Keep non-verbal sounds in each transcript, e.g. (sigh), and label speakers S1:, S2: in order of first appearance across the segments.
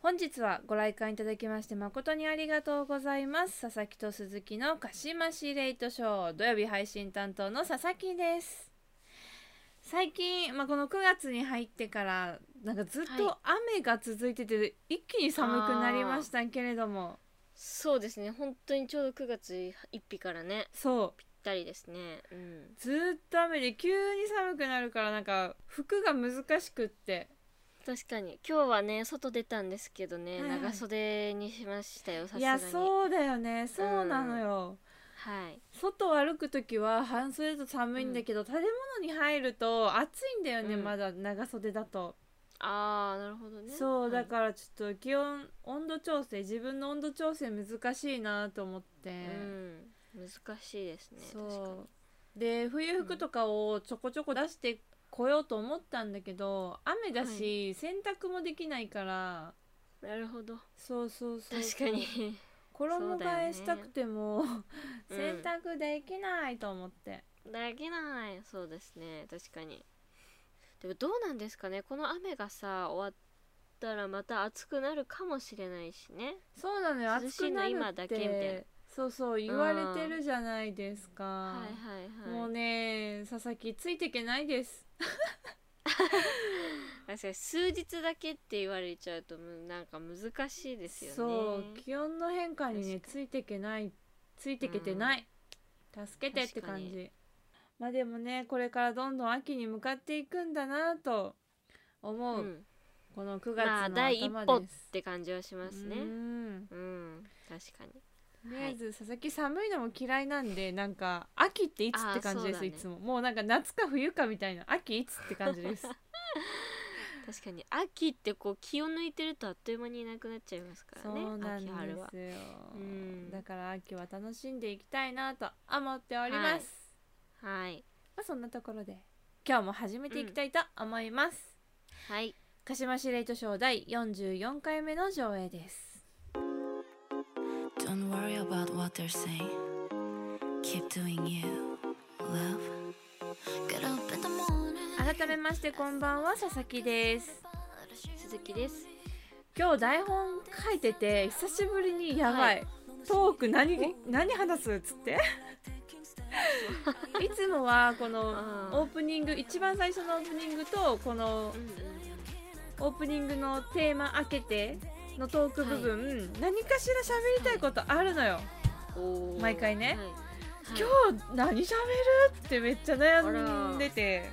S1: 本日はご来館いただきまして誠にありがとうございます佐々木と鈴木のかしましレイトショー土曜日配信担当の佐々木です最近、まあ、この9月に入ってからなんかずっ
S2: は
S1: と雨が続いてて、一気に寒くなりましたけれども
S2: そうですね本当にちょうど9月1日からね
S1: そう
S2: ぴったりですねうん
S1: ずーっと雨で急に寒くなるからなんか服が難しくって
S2: 確かに今日はね外出たんですけどね、
S1: はいはい
S2: 長袖にしましたよさ
S1: い
S2: すが
S1: や
S2: に
S1: そうだよねそうなのよ、
S2: はい
S1: 外を歩く時は半袖だと寒いんだけど、建物に入ると暑いんだよね、
S2: うん
S1: まだ長袖だと、
S2: ああなるほどね
S1: そうだ
S2: ら、
S1: からちょっと気温温度調整自分の温度調整難しいなと思って、
S2: うん難しいですね確かに
S1: そうで冬服とかをちょこちょこ出してこようと思ったんだけど雨だし、洗濯もできないから
S2: なるほど
S1: そうそうそう
S2: 確かに
S1: 衣
S2: そうだ
S1: 替
S2: よ
S1: え
S2: ね
S1: したくても、
S2: うん
S1: 洗濯できないと思って、
S2: できないそうですね確かにでもどうなんですかねこの雨がさ終わったらまた暑くなるかもしれないしね
S1: そうなのよ
S2: 涼
S1: 暑
S2: しい
S1: く
S2: の
S1: なるって
S2: 今だけみたいな
S1: そうそう言われてるじゃないですか、
S2: はいはいはい
S1: もうね佐々木ついていけないです
S2: 確かに数日だけって言われちゃうとむなんか難しいですよね
S1: そう気温の変化にね
S2: 確か
S1: ついていけないついていけてない、助けてって
S2: 確か
S1: 感
S2: に
S1: じまあでもねこれからどんどん秋に向かっていくんだなと思う、
S2: ん、
S1: この9月の頭です、
S2: まあ第一歩って感じはしますね
S1: うん
S2: うん確かに
S1: とりあえず佐々木寒いのも嫌いなんでなんか秋っていつって感じで
S2: あーそうだ
S1: す、
S2: ね
S1: いつももうなんか夏か冬かみたいな秋いつって感じです
S2: (laughs) 確かに秋ってこう気を抜いてるとあっという間にいなくなっちゃいますから
S1: そ
S2: ね
S1: うなん
S2: 秋
S1: で
S2: 春は
S1: すよ、
S2: うん
S1: だから秋は楽しんでいきたいなと思っております、
S2: はいはい
S1: まあそんなところで今日も始めていきたいと思います、
S2: はい
S1: 鹿島シレイトショー第44回目の上映です
S3: Don't worry about what they're saying. Keep doing you, love. Get up in the morning.
S1: 改めましてこんばんは佐々木です
S2: 鈴木です
S1: 今日台本書いてて久しぶりにやばい、
S2: はい
S1: トーク何何話すっつって (laughs) いつもはこの
S2: あー
S1: オープニング一番最初のオープニングとこの
S2: うんうん
S1: オープニングのテーマ開けてのトーク部分、何かしら喋りたいことあるのよ、
S2: おー
S1: 毎回ね
S2: はいはい
S1: 今日何喋るってめっちゃ悩んでて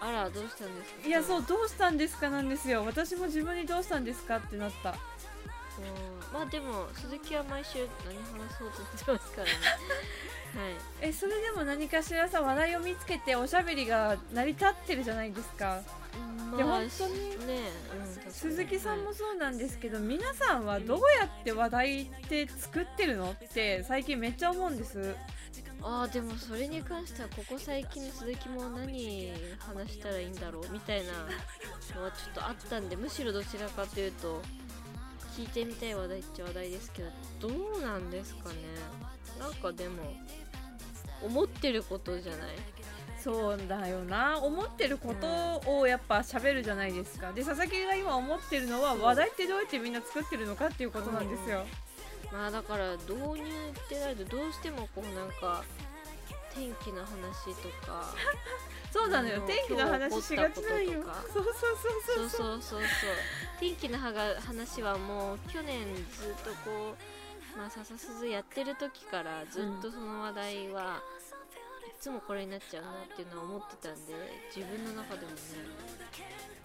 S2: あらどうしたんですか
S1: いやそうどうしたんですかなんですよ私も自分にどうしたんですかってなった
S2: うんまあでも鈴木は毎週何話そうと言ってます
S1: (laughs)
S2: からねはい
S1: えそれでも何かしらさ話題を見つけておしゃべりが成り立ってるじゃないですか
S2: ま
S1: いや本当に
S2: ね、うん確かに
S1: 鈴木さんもそうなんですけど皆さんはどうやって話題って作ってるのって最近めっちゃ思うんです
S2: あーでもそれに関してはここ最近の鈴木も何話したらいいんだろうみたいなのはちょっとあったんでむしろどちらかというと聞いてみたい話題っちゃ話題ですけどどうなんですかねなんかでも思ってることじゃない
S1: そうだよな思ってることをやっぱ喋るじゃないですかで佐々木が今思ってるのは
S2: そう
S1: 話題ってどうやってみんな作ってるのかっていうことなんですよ
S2: まあだから導入ってなるとどうしてもこうなんか天気の話とか
S1: そうなのよ
S2: うん
S1: 天気の話しがちなんよ
S2: 今日起こったこと
S1: そうそうそうそ
S2: そうう
S1: そう
S2: そうそうそう天気のはが話はもう去年ずっとこう、まあ、笹鈴やってる時からずっとその話題はいつもこれになっちゃうなっていうのは思ってたんで自分の中でもね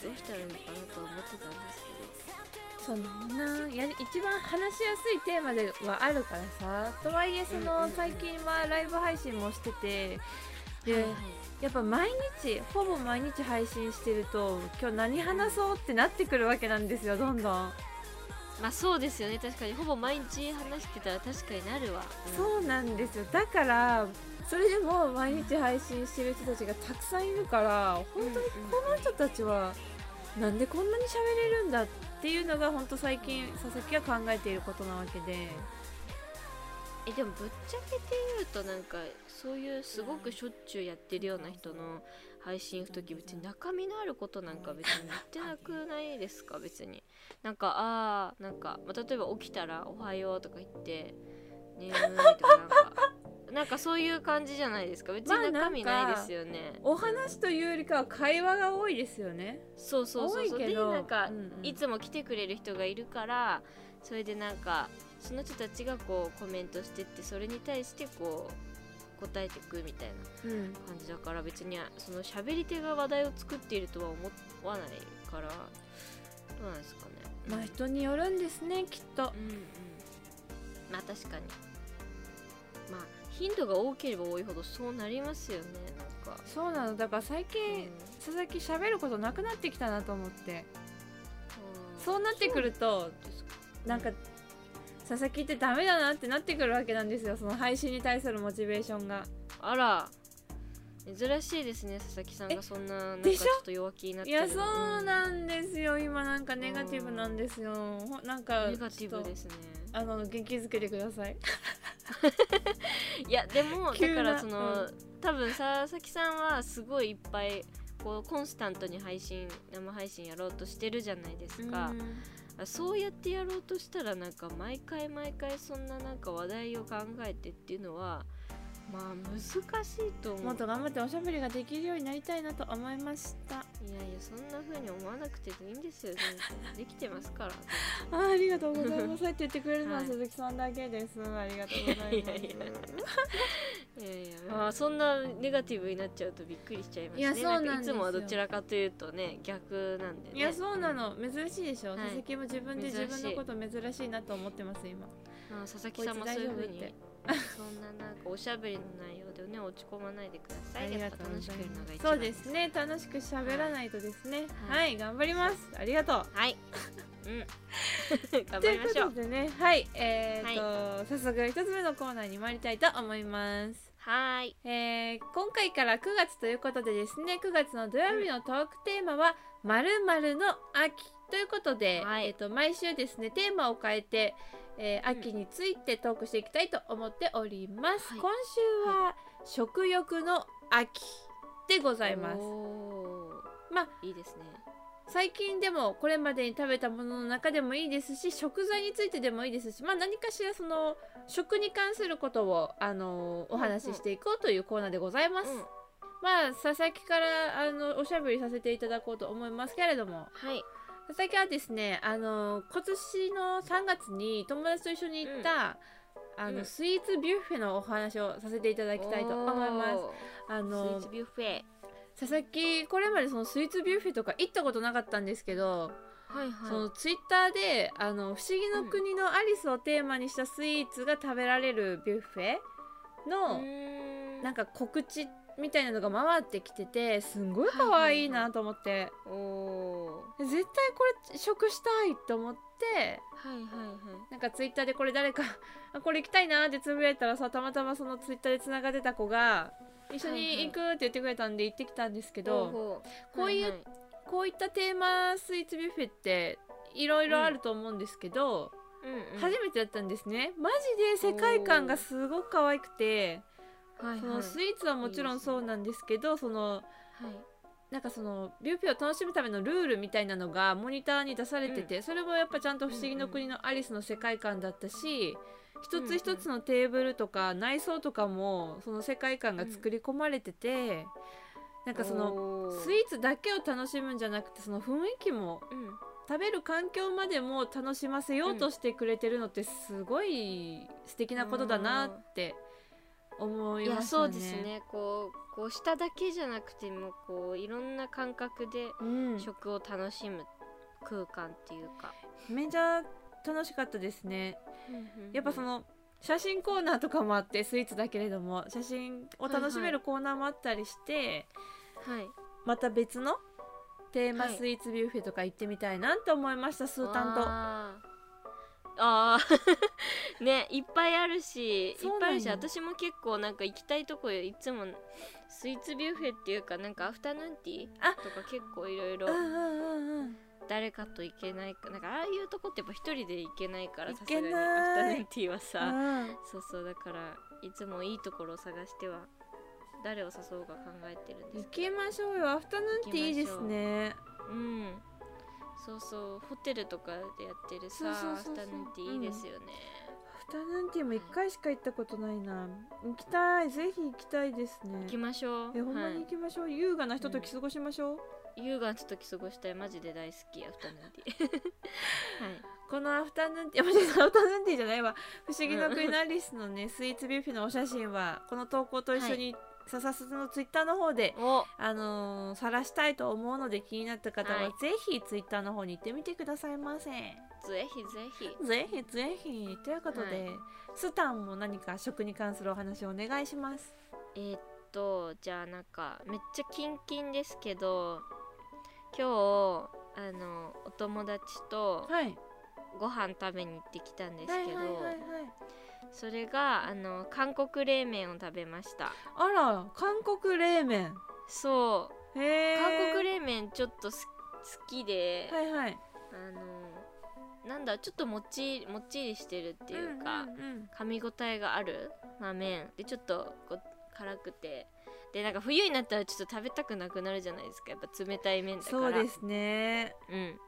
S2: どうしたらいいのかなとは思ってたんですけ
S1: そうなんなやり一番話しやすいテーマではあるからさとはいえそ
S2: うんうん
S1: の
S2: うん
S1: 最近はライブ配信もしてて
S2: ど、
S1: で
S2: はいはい
S1: やっぱ毎日ほぼ毎日配信してると今日何話そうってなってくるわけなんですよどんどん
S2: まあそうですよね確かにほぼ毎日話してたら確かになるわ、うん
S1: そうなんですよだからそれでも毎日配信してる人たちがたくさんいるから本当にこの人たちはなんでこんなに喋れるんだっていうのが本当最近佐々木が考えていることなわけで
S2: えでもぶっちゃけて言うとなんかそういうすごくしょっちゅうやってるような人の配信行く時別に中身のあることなんか別に言ってなくないですか別になんかあーなんか、まあ例えば起きたら「おはよう」とか言って「眠い」とかなんかなんかそういう感じじゃないですか別
S1: まあな
S2: に
S1: んか
S2: 中身ないですよね、
S1: お話というよりかは会話が多いですよね
S2: そうそうそうそ
S1: 多
S2: う
S1: い
S2: で
S1: けど
S2: なんか、
S1: うんうん
S2: いつも来てくれる人がいるからそれでなんかその人たちがこうコメントしてってそれに対してこう答えてくみたいな
S1: うん
S2: 感じだから別にその喋り手が話題を作っているとは思わないからどうなんですかね
S1: まあ人によるんですねきっと
S2: うんうんまあ確かにまあ頻度が多ければ多いほどそうなりますよねなんか、
S1: そうなのだから最
S2: うん
S1: 近、佐々木喋ることなくなってきたなと思って
S2: うん
S1: そうなってくると
S2: そうですか
S1: なんか佐々木ってダメだなってなってくるわけなんですよその配信に対するモチベーションが
S2: あら珍しいですね佐々木さん
S1: え
S2: がそんななんか
S1: で
S2: ち
S1: し
S2: ょ
S1: ょ
S2: っと弱気になっ
S1: い
S2: てるの
S1: やそうなんですよ今なんかネガティブなんですよほなんか
S2: ネガティブですすね
S1: あの元気づけてください
S2: いやでもだ
S1: 急
S2: か
S1: な
S2: らその、
S1: う
S2: 多分佐々木さんはすごいいっぱいこうコンスタントに配信生配信やろうとしてるじゃないですか、あそうやってやろうとしたらなんか毎回毎回そんななんか話題を考えてっていうのはまあ難しいと思
S1: も
S2: う
S1: っと頑張っておしゃべりができるようになりたいなと思いました
S2: いやいやそんな風に思わなくていいんですよ全然できてますから
S1: あーありがとうございますって言ってくれるのは
S2: はい
S1: 鈴木さんだけですありがとうございます
S2: (laughs) いやいやいやいや、まあ、そんなネガティブになっちゃうとびっくりしちゃいますね。
S1: いやそう
S2: か
S1: なんですよ
S2: いつもはどちらかというとね、逆なんで、
S1: (laughs)
S2: ね。
S1: いやそうなの珍しいでしょ、
S2: はい
S1: 佐々木も自分で自
S2: 珍しい
S1: 分のこと珍しいなと思ってます今
S2: まあ、佐々木さんもそういうふうに
S1: こいつ大丈。
S2: そんななんかおしゃべりの内容でね、落ち込まないでくださ
S1: あ
S2: い。
S1: り
S2: や
S1: がと
S2: っぱ
S1: うご
S2: 楽し
S1: ざ
S2: く
S1: い
S2: やるの
S1: ま
S2: が
S1: す
S2: 一
S1: そ
S2: 番。
S1: うですすね楽しく喋らないとですねは、
S2: はい
S1: 頑張りますありがとう
S2: はい。うん。頑
S1: と
S2: 張
S1: いう
S2: りま
S1: こ
S2: しょ
S1: と
S2: う。
S1: でねはいえー、と、早速一つ目のコーナーに参りたいと思います
S2: はーい。
S1: えー今回から9月ということでですね9月の土曜日のトークテーマは「まるまるの秋」ということで、
S2: はい
S1: えー、と毎週ですねテーマを変えて、えー
S2: うん
S1: 秋についてトークしていきたいと思っております、
S2: はい
S1: 今週は「食欲の秋」でございます
S2: おー
S1: まあ
S2: いいですね。
S1: 最近でもこれまでに食べたものの中でもいいですし食材についてでもいいですし、まあ、何かしらその食に関することを、あのーお話ししていこうというコーナーでございます。
S2: うん。
S1: まあ佐々木からあのおしゃべりさせていただこうと思いますけれども
S2: はい。
S1: 佐々木はですねあの今年の3月に友達と一緒に行った、あの
S2: うん
S1: スイーツビュッフェのお話をさせていただきたいと思います。
S2: おー
S1: あの
S2: スイーツビュッフェ。
S1: 佐々木これまでそのスイーツビュッフェとか行ったことなかったんですけど、
S2: はいはい。
S1: そのツイッターであの「不思議の国のアリス」をテーマにしたスイーツが食べられるビュッフェの、
S2: うーん
S1: なんか告知みたいなのが回ってきててすんごい可愛いなと思って、
S2: おー
S1: 絶対これ食したいと思って
S2: はいはいはい。
S1: なんかツイッターでこれ誰か (laughs) あこれ行きたいなってつぶやいたらさたまたまそのツイッターでつながってた子が一緒
S2: はいは
S1: に
S2: い
S1: 行くって言ってくれたんで行ってきたんですけど、
S2: ほ
S1: こういう
S2: はは
S1: こういったテーマスイーツビュッフェっていろいろあると思うんですけど、
S2: うんうん
S1: 初めてだったんですねマジで世界観がすごく可愛くて、
S2: はい
S1: そ
S2: は
S1: の
S2: い
S1: スイーツはもちろんそうなんですけどその
S2: はい
S1: なんかそのビュッフェを楽しむためのルールみたいなのがモニターに出されてて、それもやっぱちゃんと「不思議の国のアリス」の世界観だったし、一つ一つのテーブルとか内装とかもその世界観が作り込まれてて、なんかその
S2: の
S1: スイーツだけを楽しむんじゃなくてその雰囲気も
S2: うん
S1: 食べる環境までも楽しませようとしてくれてるのってすごい素敵なことだなって思
S2: い
S1: いま
S2: や
S1: したね。
S2: そうですねこうこう舌だけじゃなくてもこういろんな感覚で
S1: うん、
S2: 食を楽しむ空間っていうか、
S1: めちゃ楽しかったですね。やっぱそ
S2: の
S1: の写真コーナーとかもあってスイーツだけれども写真を楽しめるコーナーもあったりして、
S2: はい
S1: また別のテーマスイーツビュッフェとか行ってみたいなと思いました、スータンと。
S2: あーあー (laughs) ねいっぱいあるしいっ
S1: そう
S2: ぱ
S1: な
S2: い
S1: んよ
S2: あるし私も結構なんか行きたいとこいつもスイーツビュッフェっていうかなんかアフタヌーンティー
S1: あ
S2: とか結構いろいろ
S1: うんうんうんうん
S2: 誰かと行けないかなんかああいうとこってやっぱ一人で行けないから
S1: 行
S2: さす
S1: け
S2: がに
S1: ない
S2: アフタヌーンティーはさ
S1: うん
S2: そうそうだからいつもいいところを探しては誰を誘おうか考えてるんで
S1: 行
S2: すけ
S1: きましょうよアフタヌーンティーいいですね
S2: どうんそうそうホテルとかでやってるさ
S1: そう
S2: ア
S1: そうそうそう
S2: フタヌーンティーいいですよね、
S1: アフタヌーンティーも1回しか行ったことないな行きたいぜひ行きたいですね
S2: 行きましょう
S1: えほんま
S2: は
S1: に行
S2: い、
S1: きましょう、優雅なひととき過ごしましょう、
S2: 優雅な時過ごしたいマジで大好きアフタヌーンティーはい
S1: このアフタヌーンティーいや間違えたアフタヌーンティーじゃないわ不思議の国のアリスのねスイーツビュッフェのお写真はこの投稿と一緒に笹すずのツイッターの方で、 (laughs)
S2: お
S1: あのー晒したいと思うので気になった方は、
S2: はい
S1: ぜひツイッターの方に行ってみてくださいませ
S2: ぜひぜひ
S1: ぜひぜひということで、
S2: はい
S1: スタンも何か食に関するお話をお願いします
S2: えーっとじゃあなんかめっちゃキンキンですけど今日あのお友達と
S1: はい
S2: ご飯食べに行ってきたんです
S1: はいはい
S2: けど、
S1: はいはい
S2: それがあの韓国冷麺を食べました
S1: あら韓国冷麺
S2: そう
S1: へえ
S2: 韓国冷麺ちょっとす好きで、
S1: はいはい
S2: あのなんだちょっともっちりもっちりしてるっていうか、
S1: んんん
S2: 噛み応えがある、まあ、麺でちょっとこう辛くてでなんか冬になったらちょっと食べたくなくなるじゃないですかやっぱ冷たい麺だから
S1: そうですね
S2: うん、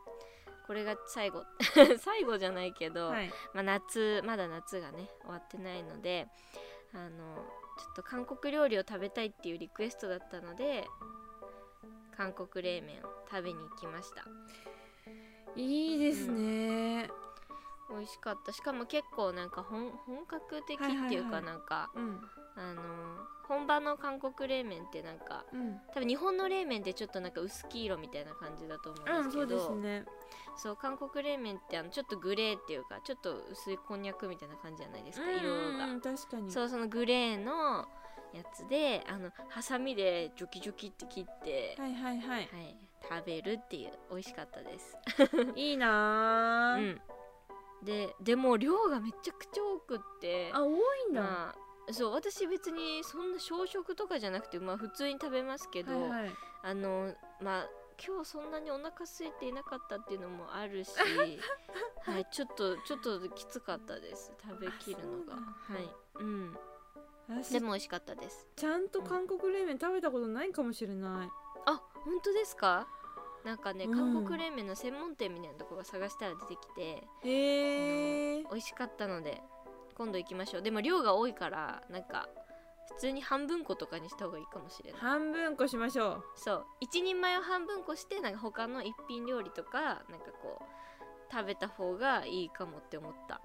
S2: これが最後 (laughs) 最後じゃないけど、
S1: はい
S2: まあ、夏まだ夏がね終わってないのであのちょっと韓国料理を食べたいっていうリクエストだったので韓国冷麺を食べに行きました
S1: いいですね。
S2: 美味しかったしかも結構なんか本本格的
S1: はいはいはい
S2: っていうかなんか、
S1: うん、
S2: あの本場の韓国冷麺ってなんか
S1: うん、
S2: 多分日本の冷麺ってちょっとなんか薄黄色みたいな感じだと思うんですけど、
S1: そうですね。
S2: そう韓国冷麺ってあのちょっとグレーっていうかちょっと薄いこんにゃくみたいな感じじゃないですか、色が、
S1: が確かに。
S2: そうそのグレーのやつであのハサミでジョキジョキって切って、
S1: はいはいはい。
S2: はい食べるっていう美味しかったです
S1: いいうなー、
S2: んででも量がめちゃくちゃ多くって
S1: あ、多いんだ。
S2: まあそう私別にそんな小食とかじゃなくてまあ普通に食べますけど、
S1: はいはい。
S2: あのまあ今日そんなにお腹空いていなかったっていうのもあ
S1: (laughs)
S2: るし、はい、ちょっとちょっときつかったです食べきるのが
S1: あそう
S2: はい、うん、
S1: 私
S2: でも美味しかったです
S1: ちゃんと韓国冷麺食べたことないかもしれない。
S2: あ本当ですかなんかね、
S1: うん
S2: 韓国冷麺の専門店みたいなとこが探したら出てきて
S1: へえー。
S2: 美味しかったので今度行きましょうでも量が多いからなんか普通に半分ことかにした方がいいかもしれない
S1: 半分こしましょ
S2: そう一人前を半分こしてなんか他の一品料理とかなんかこう食べた方がいいかもって思った
S1: う。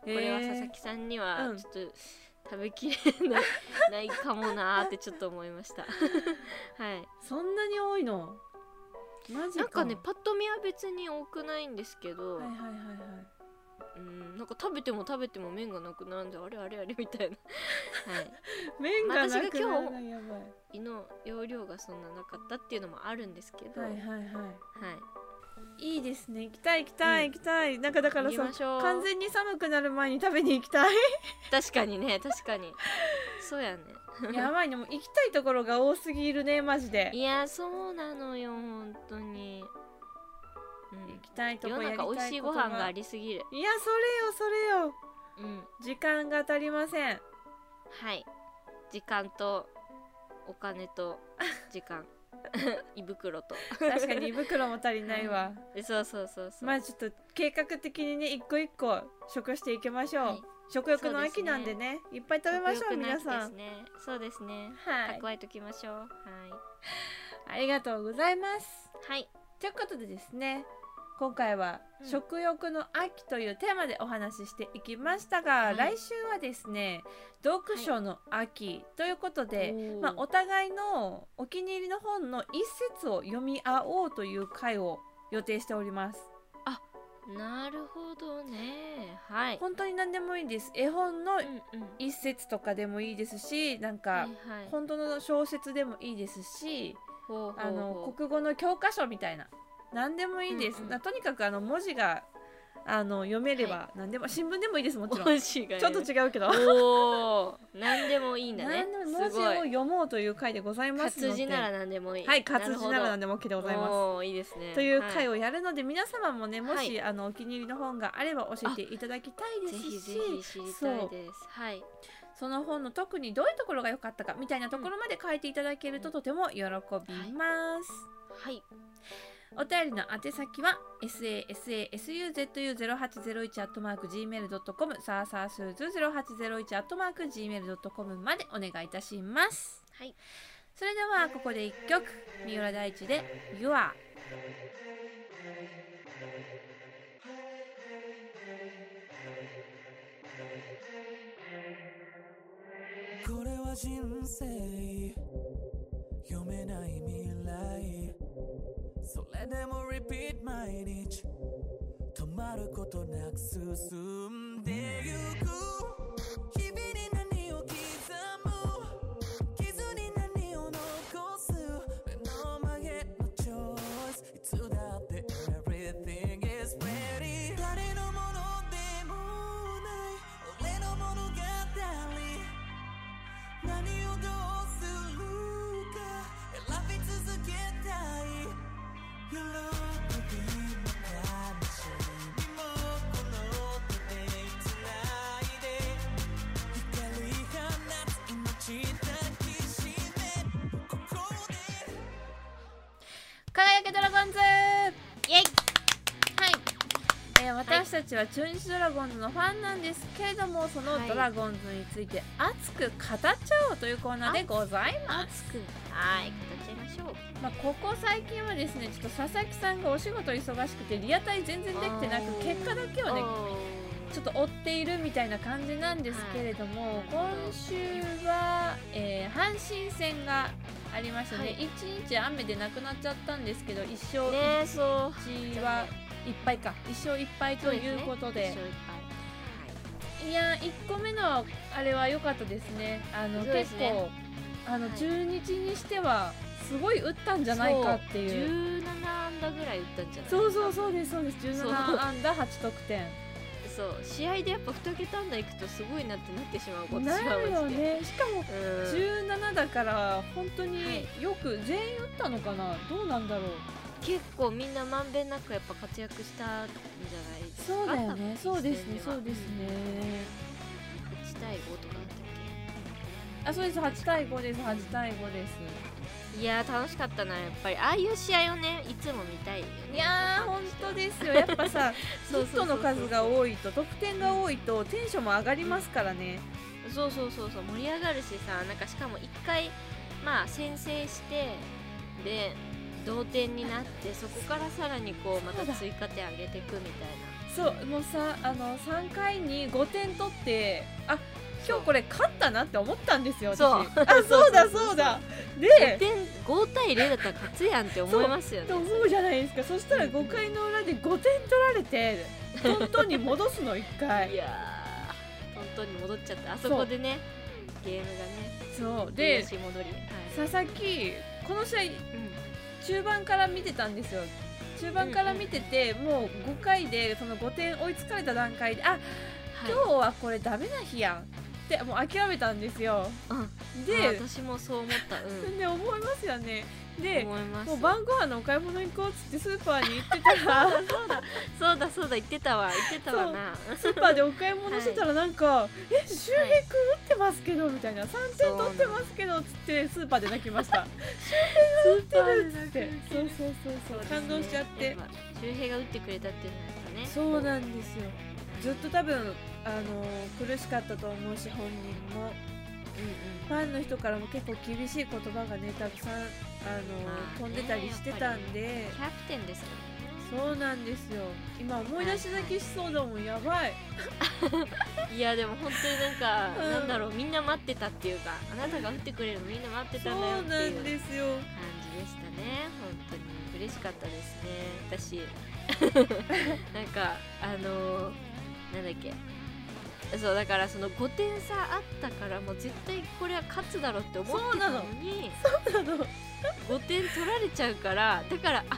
S2: これは
S1: へー
S2: 佐々木さんに
S1: う
S2: は
S1: ん
S2: ちょっと食べきれない (laughs) ないかもなーってちょっと思いました (laughs) はい
S1: そんなに多いの。マジか。
S2: なんかねパッと見は別に多くないんですけど、
S1: はいはいはいはい。
S2: うんなんか食べても食べても麺がなくなるんであれあれあれみたいな (laughs) はい
S1: 麺がなくなる
S2: 私が今
S1: のやばい。
S2: 胃の容量がそんななかったっていうのもあるんですけど、
S1: は
S2: はいい、
S1: はいはい。いいですね。行きたい行きたい行きたい。なんかだから
S2: 行き
S1: さ
S2: ま、しょう
S1: 完全に寒くなる前に食べに行き
S2: (laughs)
S1: たい。
S2: 確かにね確かにそうやね
S1: やばいねもう行きたいところが多すぎるねマジで
S2: いやそうなのよ本当に、う
S1: 行
S2: ん、
S1: きたいとこ
S2: 世の
S1: やりたいこ
S2: 中
S1: と
S2: 美味しいご飯がありすぎる
S1: いやそれよそれよ
S2: うん
S1: 時間が足りませ
S2: (laughs)
S1: ん
S2: はい時間とお
S1: (laughs)
S2: 金と時間 (laughs) 胃袋と
S1: 確かに胃袋も足りないわ
S2: で (laughs) そうそうそうそう、
S1: まあちょっと計画的にね一個一個食していきましょう、
S2: はい
S1: 食欲の秋なんでねいっぱい食べましょう
S2: 食欲の
S1: 皆
S2: 秋
S1: さん
S2: ですねそうですね
S1: はい
S2: 蓄えときましょうは
S1: ありがとうございます
S2: いはい
S1: ということでですね今回は
S2: うん
S1: 食欲の秋というテーマでお話ししていきましたが、
S2: はい
S1: 来週はですね読書の秋ということで、
S2: おー
S1: まあ、お互いのお気に入りの本の一節を読み合おうという回を予定しております
S2: なるほどねはい
S1: 本当に何でもいいです絵本の
S2: うんうん
S1: 一節とかでもいいですしなん
S2: は
S1: か
S2: いはい
S1: 本当の小説でもいいですし
S2: ほうほうほう
S1: あの国語の教科書みたいな何でもいいです、
S2: うんうん
S1: なとにかくあの文字があの読めれば何でも、新聞でもいいですもちろんち
S2: 文字が
S1: ょっと違うけど
S2: おお何でもいいんだね
S1: 何でも文
S2: す
S1: 字を
S2: ごい
S1: 読もうという回でございますの
S2: 活
S1: で
S2: 字なら何でもいい
S1: はい活字なら何
S2: で
S1: でも OK でございます
S2: いいですね
S1: という
S2: は
S1: 回をやるので、皆様もねもし、
S2: はい
S1: あのお気に入りの本があれば教えていただきたいです
S2: ぜひ
S1: し
S2: ぜひ知りたいです。はい。
S1: その本の特にどういうところが良かったかみたいなところまで書いていただけるととても喜びます。
S2: はい
S1: お便りの宛先は sasasuzu0801-gmail.com サーサースーズ 0801-gmail.com までお願いいたします。
S2: はい
S1: それではここで一曲三浦大知で You Are
S4: これは人生読めない未来それでも repeat 毎日止まることなく進んでゆく日々に何を刻む傷に何を残す目の前のチョイスいつだって everything is ready 誰のものでもない俺の物語何をどうするか選び続けたい喜びも悲しみもこの手で繋いで光放つ命抱きしめここで
S1: 輝けドラゴンズ
S2: イエイはい
S1: えー私たちは中日ドラゴンズのファンなんですけれどもその
S2: はい
S1: ドラゴンズについて熱く語っちゃおうというコーナーでございます、
S2: 熱くはい語っちゃいましょう
S1: まあ、ここ最近はですねちょっと佐々木さんがお仕事忙しくてリアタイ全然できてな
S2: あ
S1: く
S2: ー
S1: 結果だけをねちょっと追っているみたいな感じなんですけれども、
S2: はい
S1: 今週は、えー阪神戦がありました
S2: は
S1: ね、
S2: い
S1: 一日雨でなくなっちゃったんですけど一勝
S2: ねえそう
S1: 一致はいっぱいか一勝一敗ということで
S2: そうすね
S1: いや1個目のあれは良かったですねあの
S2: そうです
S1: 結
S2: ね
S1: 構あの、
S2: はい
S1: 中日にしてはすごい打ったんじゃないかって
S2: 一勝一敗
S1: いう
S2: そう17安打ぐらい打ったんじゃない
S1: そうそうそうですそうです
S2: そう
S1: 17安打8得点
S2: そう試合でやっぱ2桁安打いくとすごいなってなってしまう今年は
S1: なるよ
S2: マジで
S1: ねしかも
S2: うん
S1: 17だから本当に
S2: はい
S1: よく全員打ったのかなどうなんだろう
S2: 結構みんなまんべんなくやっぱ活躍したんじゃ
S1: そうだよ
S2: あった
S1: ね
S2: ね
S1: そうですね
S2: 一戦目
S1: そ
S2: は
S1: うですね
S2: ない1対5とかだったっ
S1: あそうです8対5です8対5です
S2: けいやー楽しかったなやっぱりああいう試合をねいつも見たいよね
S1: いやー本当ですよやっぱさヒ
S2: (laughs) そう
S1: ッ
S2: そうそうそ
S1: ト
S2: う
S1: の数が多いと得点が多いとテンションも上がりますからね
S2: そうそうそうそう盛り上がるしさなんかしかも1回まあ先制してで同点になってそこからさらにこうまた
S1: そうだ
S2: 追加点上げていくみた
S1: そ
S2: いな
S1: うもうさあの3回に5点取ってあ今日これ勝ったなって思ったんですよ私
S2: そう
S1: あそうだそうだで
S2: 点5対0だったら勝つやんって思いますよね
S1: と思うじゃないですかそしたら5回の裏で5点取られて本当に戻すの1
S2: い
S1: 回
S2: やー本当に戻っちゃったあそこでねゲームがね
S1: そうで
S2: 戻り戻り、はい
S1: 佐々木この試合中盤から見てたんですよ中盤から見てて、もう5回でその5点追いつかれた段階であ
S2: はい
S1: 今日はこれダメな日やんってもう諦めたんですよ
S2: はい
S1: で
S2: あ私もそう思った、う
S1: で思いますよね
S2: ん、
S1: で
S2: 思います
S1: もう晩ご飯のお買い物行こうっつってスーパーに行ってたら
S2: そうだそうだ言ってたわ言ってたわな
S1: スーパーでお買い物してたらなんか「え周平君打ってますけど」みたいな「3点取ってますけど」っつってスーパーで泣きま (laughs) した
S2: そう
S1: 「打ってる」っつってそうそうそうそう
S2: ですね
S1: 感動しちゃって
S2: やぱ周平が打ってくれたっていうのはやっぱね
S1: そうなんですよずっと多分あの苦しかったと思うし本人もファンの人からも結構厳しい言葉がねたくさんあ
S2: まあ
S1: の飛んでたりしてたんで
S2: キャプテンですからね
S1: そうなんですよ今思い出し泣きしそうだもんやばい
S2: いやでも本当になんか、
S1: うん
S2: なんだろうみんな待ってたっていうかあなたが打ってくれるのみんな待って
S1: そ
S2: たんだよっ
S1: う
S2: て
S1: ない
S2: うん
S1: ですよ (laughs)
S2: 感じでしたね本当に嬉しかったですね私 (laughs) なんかあのーなんだっけそうだからその5点差あったからもう絶対これは勝つだろうって思ってたのに
S1: あの
S2: 5点取られちゃうからだからあ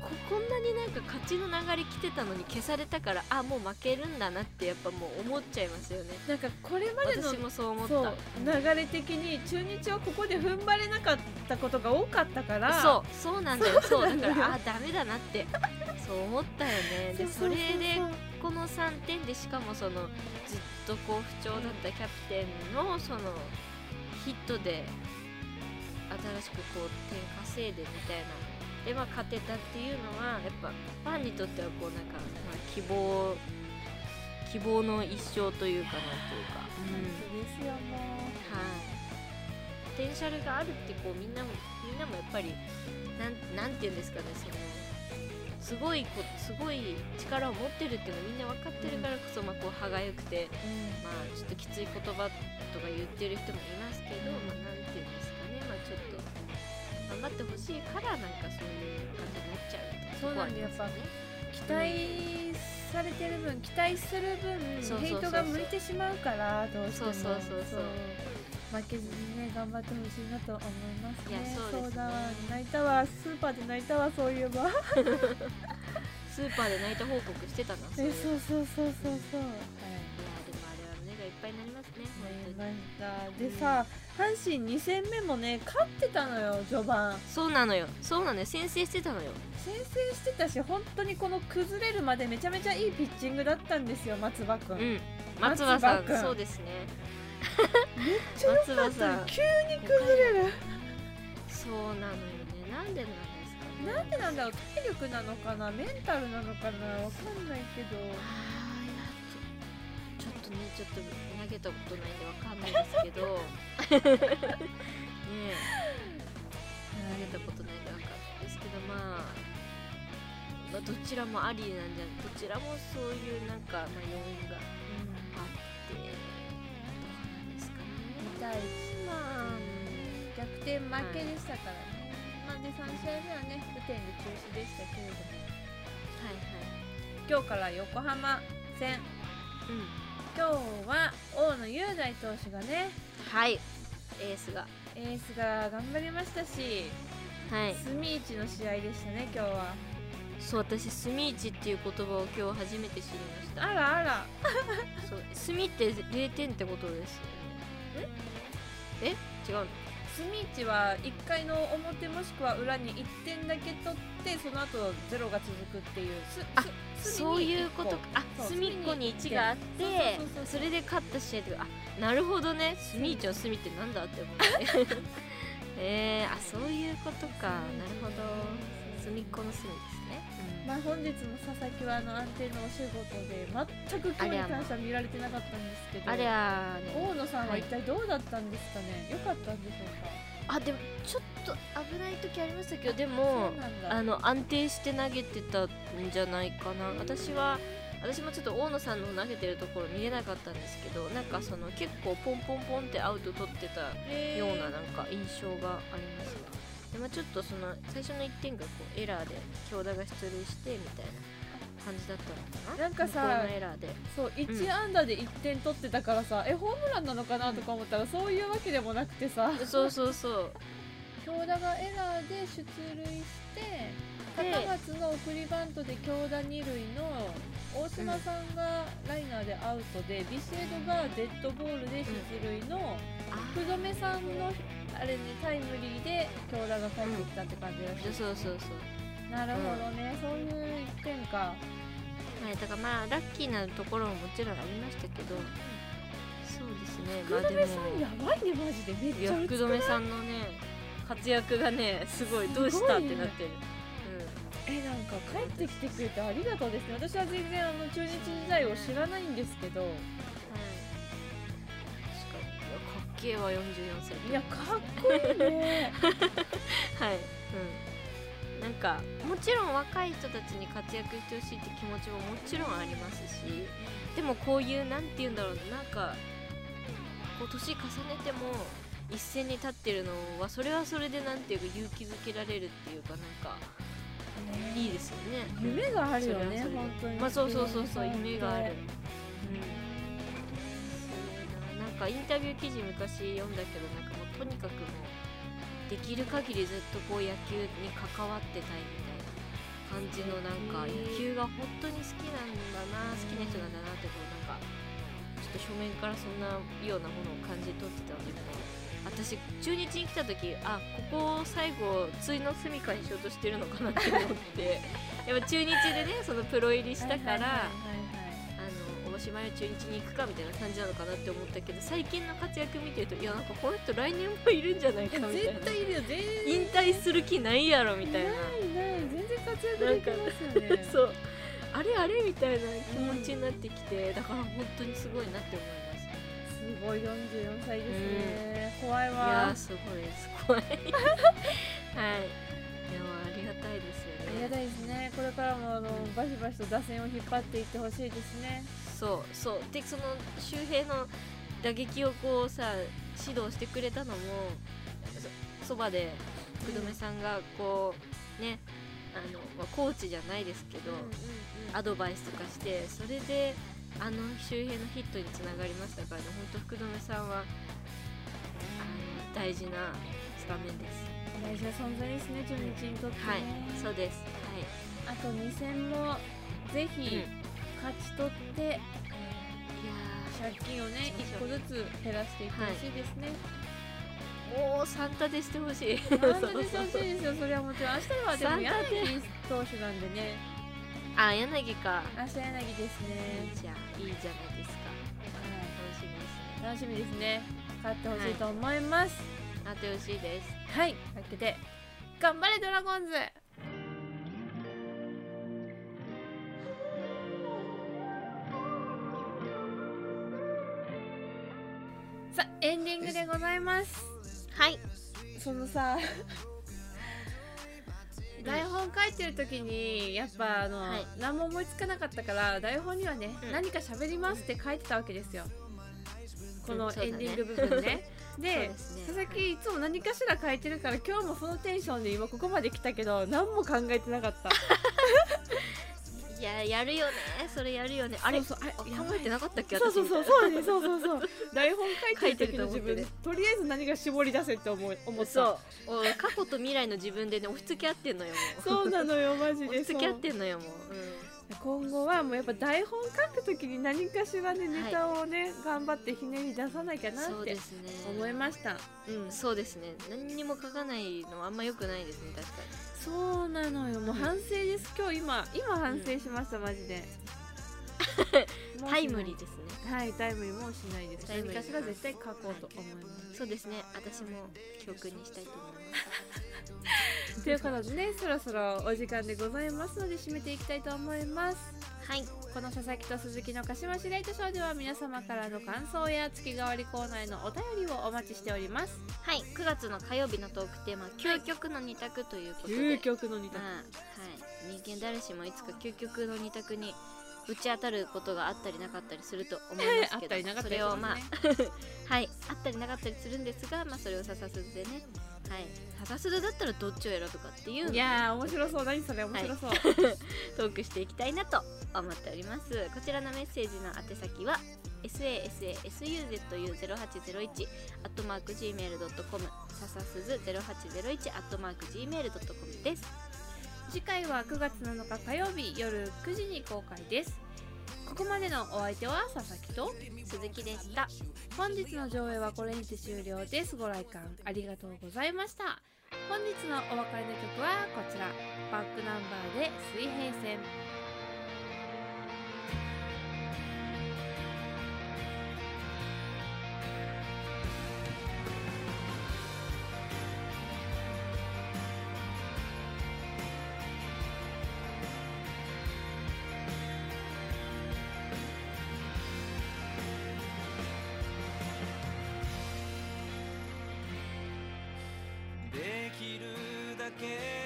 S2: ここんなになんか勝ちの流れ来てたのに消されたからあもう負けるんだなってやっぱもう思っちゃいますよね
S1: なんかこれまでの
S2: 私もそう思った
S1: そう流れ的に中日はここで踏ん張れなかったことが多かったから
S2: そうそうなんだよそう
S1: なんだ
S2: だ
S1: よ
S2: (laughs) からあダメだなってそう思ったよねでそ
S1: そうそう
S2: れで
S1: そうそう
S2: ここの3点でしかもそのずっとこう不調だったキャプテンのそのヒットで新しくこう点稼いでみたいなでまあ勝てたっていうのはやっぱファンにとってはこうなんか、まあ、希望希望の一生というかなんというか。うん
S1: ですよもう
S2: はい、ポテンシャルがあるってこうみんなもみんなもやっぱりなんなんて言うんですかねそのすごいこすごい力を持ってるっていうのみんな分かってるからこそ、まあ、こう歯がゆくて、まあ、ちょっときつい言葉とか言ってる人もいますけど、まあ、なんて言うんですかね、まあ、ちょっと頑張ってほしいからなんかそういう感じになっちゃう
S1: そうなんだやっぱ期待されてる分期待する分
S2: そうそうそうそう
S1: ヘイトが向いてしまうからどうしても
S2: そうそうそうそう
S1: 負けずにね頑張ってほしいなと思いますね
S2: いやそうですね
S1: だわ泣いたわスーパーで泣いたわそういえば
S2: スーパーで泣いた報告してたなそ
S1: え
S2: れ
S1: そうそうそうそうそう
S2: いやでもあれは胸がいっぱいになりますね本
S1: 思い
S2: 当
S1: ま
S2: に
S1: したでさ阪神2戦目もね勝ってたのよ序盤
S2: そうなのよそうなのよ先制してたのよ
S1: 先制してたし本当にこの崩れるまでめちゃめちゃいいピッチングだったんですよ松葉君、
S2: う
S1: めっ
S2: ん、松葉さ
S1: 松葉
S2: ん
S1: 君
S2: そうですね
S1: ちゃ良かっ
S2: 松
S1: た
S2: 葉
S1: よ
S2: さん
S1: 急に崩れる
S2: そうなのよねなんでなんですかね
S1: なんでなんだろう体力なのかなメンタルなのかなわかんないけど
S2: あーいやちょちょっとねちょっと投げたことないんでわかんないですけどねえ投げたことないんでわかんないですけどまあまあどちらもありなんじゃどちらもそういうなんか、まあ、要因があってどうなんですかね
S1: 2対1
S2: まあ
S1: 逆転負けでしたからね、まあで3試合目はね雨天で中止でしたけれども
S2: はい
S1: 今日から横浜戦
S2: はいうん
S1: 今日は大野雄大投手がね
S2: はいエースが
S1: エースが頑張りましたし
S2: はい
S1: 隅市の試合でしたね今日は
S2: そう私「スミイチ」っていう言葉を今日初めて知りました
S1: あらあら
S2: そうスミって0点ってことですええ違うの
S1: 隅市は1回の表もしくは裏に1点だけ取ってその後ゼロが続くっていうす
S2: あ
S1: す
S2: そういうことかあ
S1: そう
S2: 隅っこに1があっ
S1: そう
S2: て
S1: そうそうそう
S2: それで勝った試合とかあなるほどねスミイチのスミってなんだって思って (laughs) えー、あそういうことかなるほど隅っこの隅ですね、
S1: まあ、本日も佐々木はあの安定のお仕事で全く今日に関しては見られてなかったんですけど
S2: あれはね
S1: 大野さんは
S2: はい
S1: 一体どうだったんですかね、良かったんでしょうか
S2: あでもちょっと危ない時ありましたけどでも
S1: そうなんだ
S2: あの安定して投げてたんじゃないかな私は私もちょっと大野さんの投げてるところ見れなかったんですけどなんかその結構ポンポンポンってアウト取ってた
S1: へー
S2: ようななんか印象がありますねでまあ、ちょっとその最初の1点がこうエラーで強打が出塁してみたいな感じだったのかな
S1: なんかさ
S2: 向こうのエラーで
S1: そう1安打で1点取ってたからさ、えホームランなのかなとか思ったら、そういうわけでもなくてさ
S2: そうそうそう
S1: 京田がエラーで出塁して
S2: で
S1: 高松の送りバントで京田二塁の大島さんがライナーでアウトで、ビシエドがデッドボールで出塁の
S2: あ
S1: 福留さんのあれねタイムリーで京田が帰ってきたって感じらしい、
S2: そうそうそう
S1: なるほどね、そういう一点か
S2: はい、だからまあラッキーなところももちろんありましたけど、そうですね、ま
S1: 福
S2: あ
S1: 留
S2: で
S1: さ
S2: も
S1: んやばいねマジでめっ
S2: い
S1: ち
S2: や
S1: ゃ打
S2: 福
S1: つ
S2: 留さんのね活躍がねすごい
S1: す
S2: ど
S1: ごいね
S2: うしたってなってる、
S1: えなんか帰ってきてくれてありがとうですね私は全然あの中日時代を知らないんですけど
S2: うんはい、確かにいやかっけえわ44歳
S1: いやかっこいいね
S2: はい、うん、なんかもちろん若い人たちに活躍してほしいって気持ちももちろんありますしでもこういうなんて言うんだろうなんかこう年重ねても一線に立ってるのはそれはそれでなんていうか勇気づけられるっていうかなんか (laughs) いいですよね
S1: 夢があるよ
S2: それは
S1: ね
S2: それで
S1: 本当に
S2: まあそうそうそうそう
S1: 福留さんって
S2: 夢がある、うんそうだななんかインタビュー記事昔読んだけどなんかもうとにかくもうできる限りずっとこう野球に関わってたいみたいな感じのなんか
S1: へー
S2: 野球が本当に好きなんだな好きな人なんだなってこうなんかちょっと正面からそんなようなものを感じ取ってたのでこう私中日に来た時あここを最後ついの住みかにしよう (laughs) としてるのかなって思ってやっぱ中日でねそのプロ入りした
S1: はいはい
S2: から。
S1: はいはい
S2: もし前中日に行くかみたいな感じなのかなって思ったけど最近の活躍見てるといやなんかこの人来年もいるんじゃないかみたいな
S1: 絶対いるよ全然
S2: (laughs) 引退する気ないやろみたいな
S1: ないない全然活躍できますよね
S2: (laughs) そうあれあれみたいな気持ちになってきて、だから本当にすごいなって思います
S1: すごい44歳ですね、怖い
S2: いや
S1: わ
S2: ーすごいです怖い (laughs) はいでもありがたいです
S1: あり
S2: よ
S1: が
S2: ね
S1: たいですねこれからもあのバシバシと打線を引っ張っていってほしいですね
S2: そうそうでその周平の打撃をこうさ指導してくれたのもそそばで福留さんがこうねあの、まあコーチじゃないですけど、アドバイスとかしてそれであの周辺のヒットにつながりましたからね本当福留さんはあの大事なスタメンです
S1: 大事な存在ですね中日にとってね、
S2: はいそうです
S1: あと2戦もぜ
S2: はい、
S1: ひ
S2: いや
S1: 勝ち取って、借金をね1個ずつ減らしていってほしいですね、
S2: ーもうサンタでしてほしい
S1: 本当にしてほしいですよそれはもちろん明日はでも
S2: 三打点
S1: 柳投手なんでね
S2: (laughs) あ柳か
S1: 明日柳ですね、
S2: じゃあいいじゃないですか楽し
S1: 楽しみ
S2: みです
S1: ですね勝ってほしいと思います
S2: ねなってほしいです
S1: はい、というわけで頑張れドラゴンズさあエンディングでございます
S2: はい
S1: そのさ (laughs) 台本書いてる時にやっぱあの、
S2: はい
S1: 何も思いつかなかったから台本にはね、
S2: うん
S1: 何か喋りますって書いてたわけですよこ
S2: う
S1: の
S2: んそう
S1: エ
S2: だ
S1: ン
S2: ね
S1: ディング部
S2: (laughs)
S1: 分ね
S2: そう
S1: で
S2: ですね
S1: 佐々木いつも何かしら書いてるから今日もそのテンションで今ここまで来たけど何も考えてなかった
S2: いややるよねそれやるよねあれ
S1: そうそうあれ
S2: あ考えてなかったっけ
S1: そうそうそう
S2: 私み
S1: そうねそうそうそう (laughs) 台本書いてる時の自
S2: 書い
S1: 分
S2: てると思ってね
S1: とりあえず何か絞り出せって思い
S2: た
S1: 思
S2: いな
S1: った
S2: そうお過去と未来の自分でね押し付け合ってんのよもう
S1: そうなのよマジで
S2: 付き合ってんのよもう、
S1: 今後はもうやっぱ台本書くときに何かしらね
S2: はい
S1: ネタをね、頑張ってひねり出さなきゃな
S2: そう
S1: っ
S2: で
S1: て
S2: すね
S1: 思いました
S2: うんそうですね何にも書かないのはあんま良くないですね確か
S1: そうなのよもう
S2: うん
S1: 反省です今日今今反省しました、マ (laughs) ジで
S2: にタイムリー
S1: ー
S2: ですね
S1: はいタイムリーもうしないです
S2: タイム
S1: 何
S2: リー
S1: かしら絶対書こうと思います
S2: そうですね私も教訓にしたいと思います
S1: ということでねそろそろお時間でございますので締めていきたいと思います
S2: はい
S1: この佐々木と鈴木の鹿島白糸賞では皆様からの感想や月替わりコーナーへのお便りをお待ちしております
S2: はい9月の火曜日のトークテーマ「究極の二択」ということで、
S1: 究極の2択
S2: まあはい、人間誰しもいつか究極の二択にぶち当たることがあったりなかったりすると思いま
S1: (laughs) あ
S2: す
S1: っ
S2: け
S1: た
S2: ど
S1: りなかった
S2: そ
S1: り
S2: れ
S1: しま
S2: を
S1: すね
S2: まあ (laughs) はい、あったりなかったりするんですが、まあ、それを笹鈴でね、はい、笹鈴だったらどっちを選ぶかっていう
S1: いやー面白そう何それ面白そう、
S2: トークしていきたいなと思っておりますこちらのメッセージの宛先は sasasuzu0801 アットマーク gmail.com 笹鈴0801アットマーク gmail.com です
S1: 次回は9月7日火曜日夜9時に公開ですここまでのお相手は佐々木と
S2: 鈴木でした
S1: 本日の上映はこれにて終了ですご来館ありがとうございました本日のお別れの曲はこちらバックナンバーで水平線
S4: できるだけ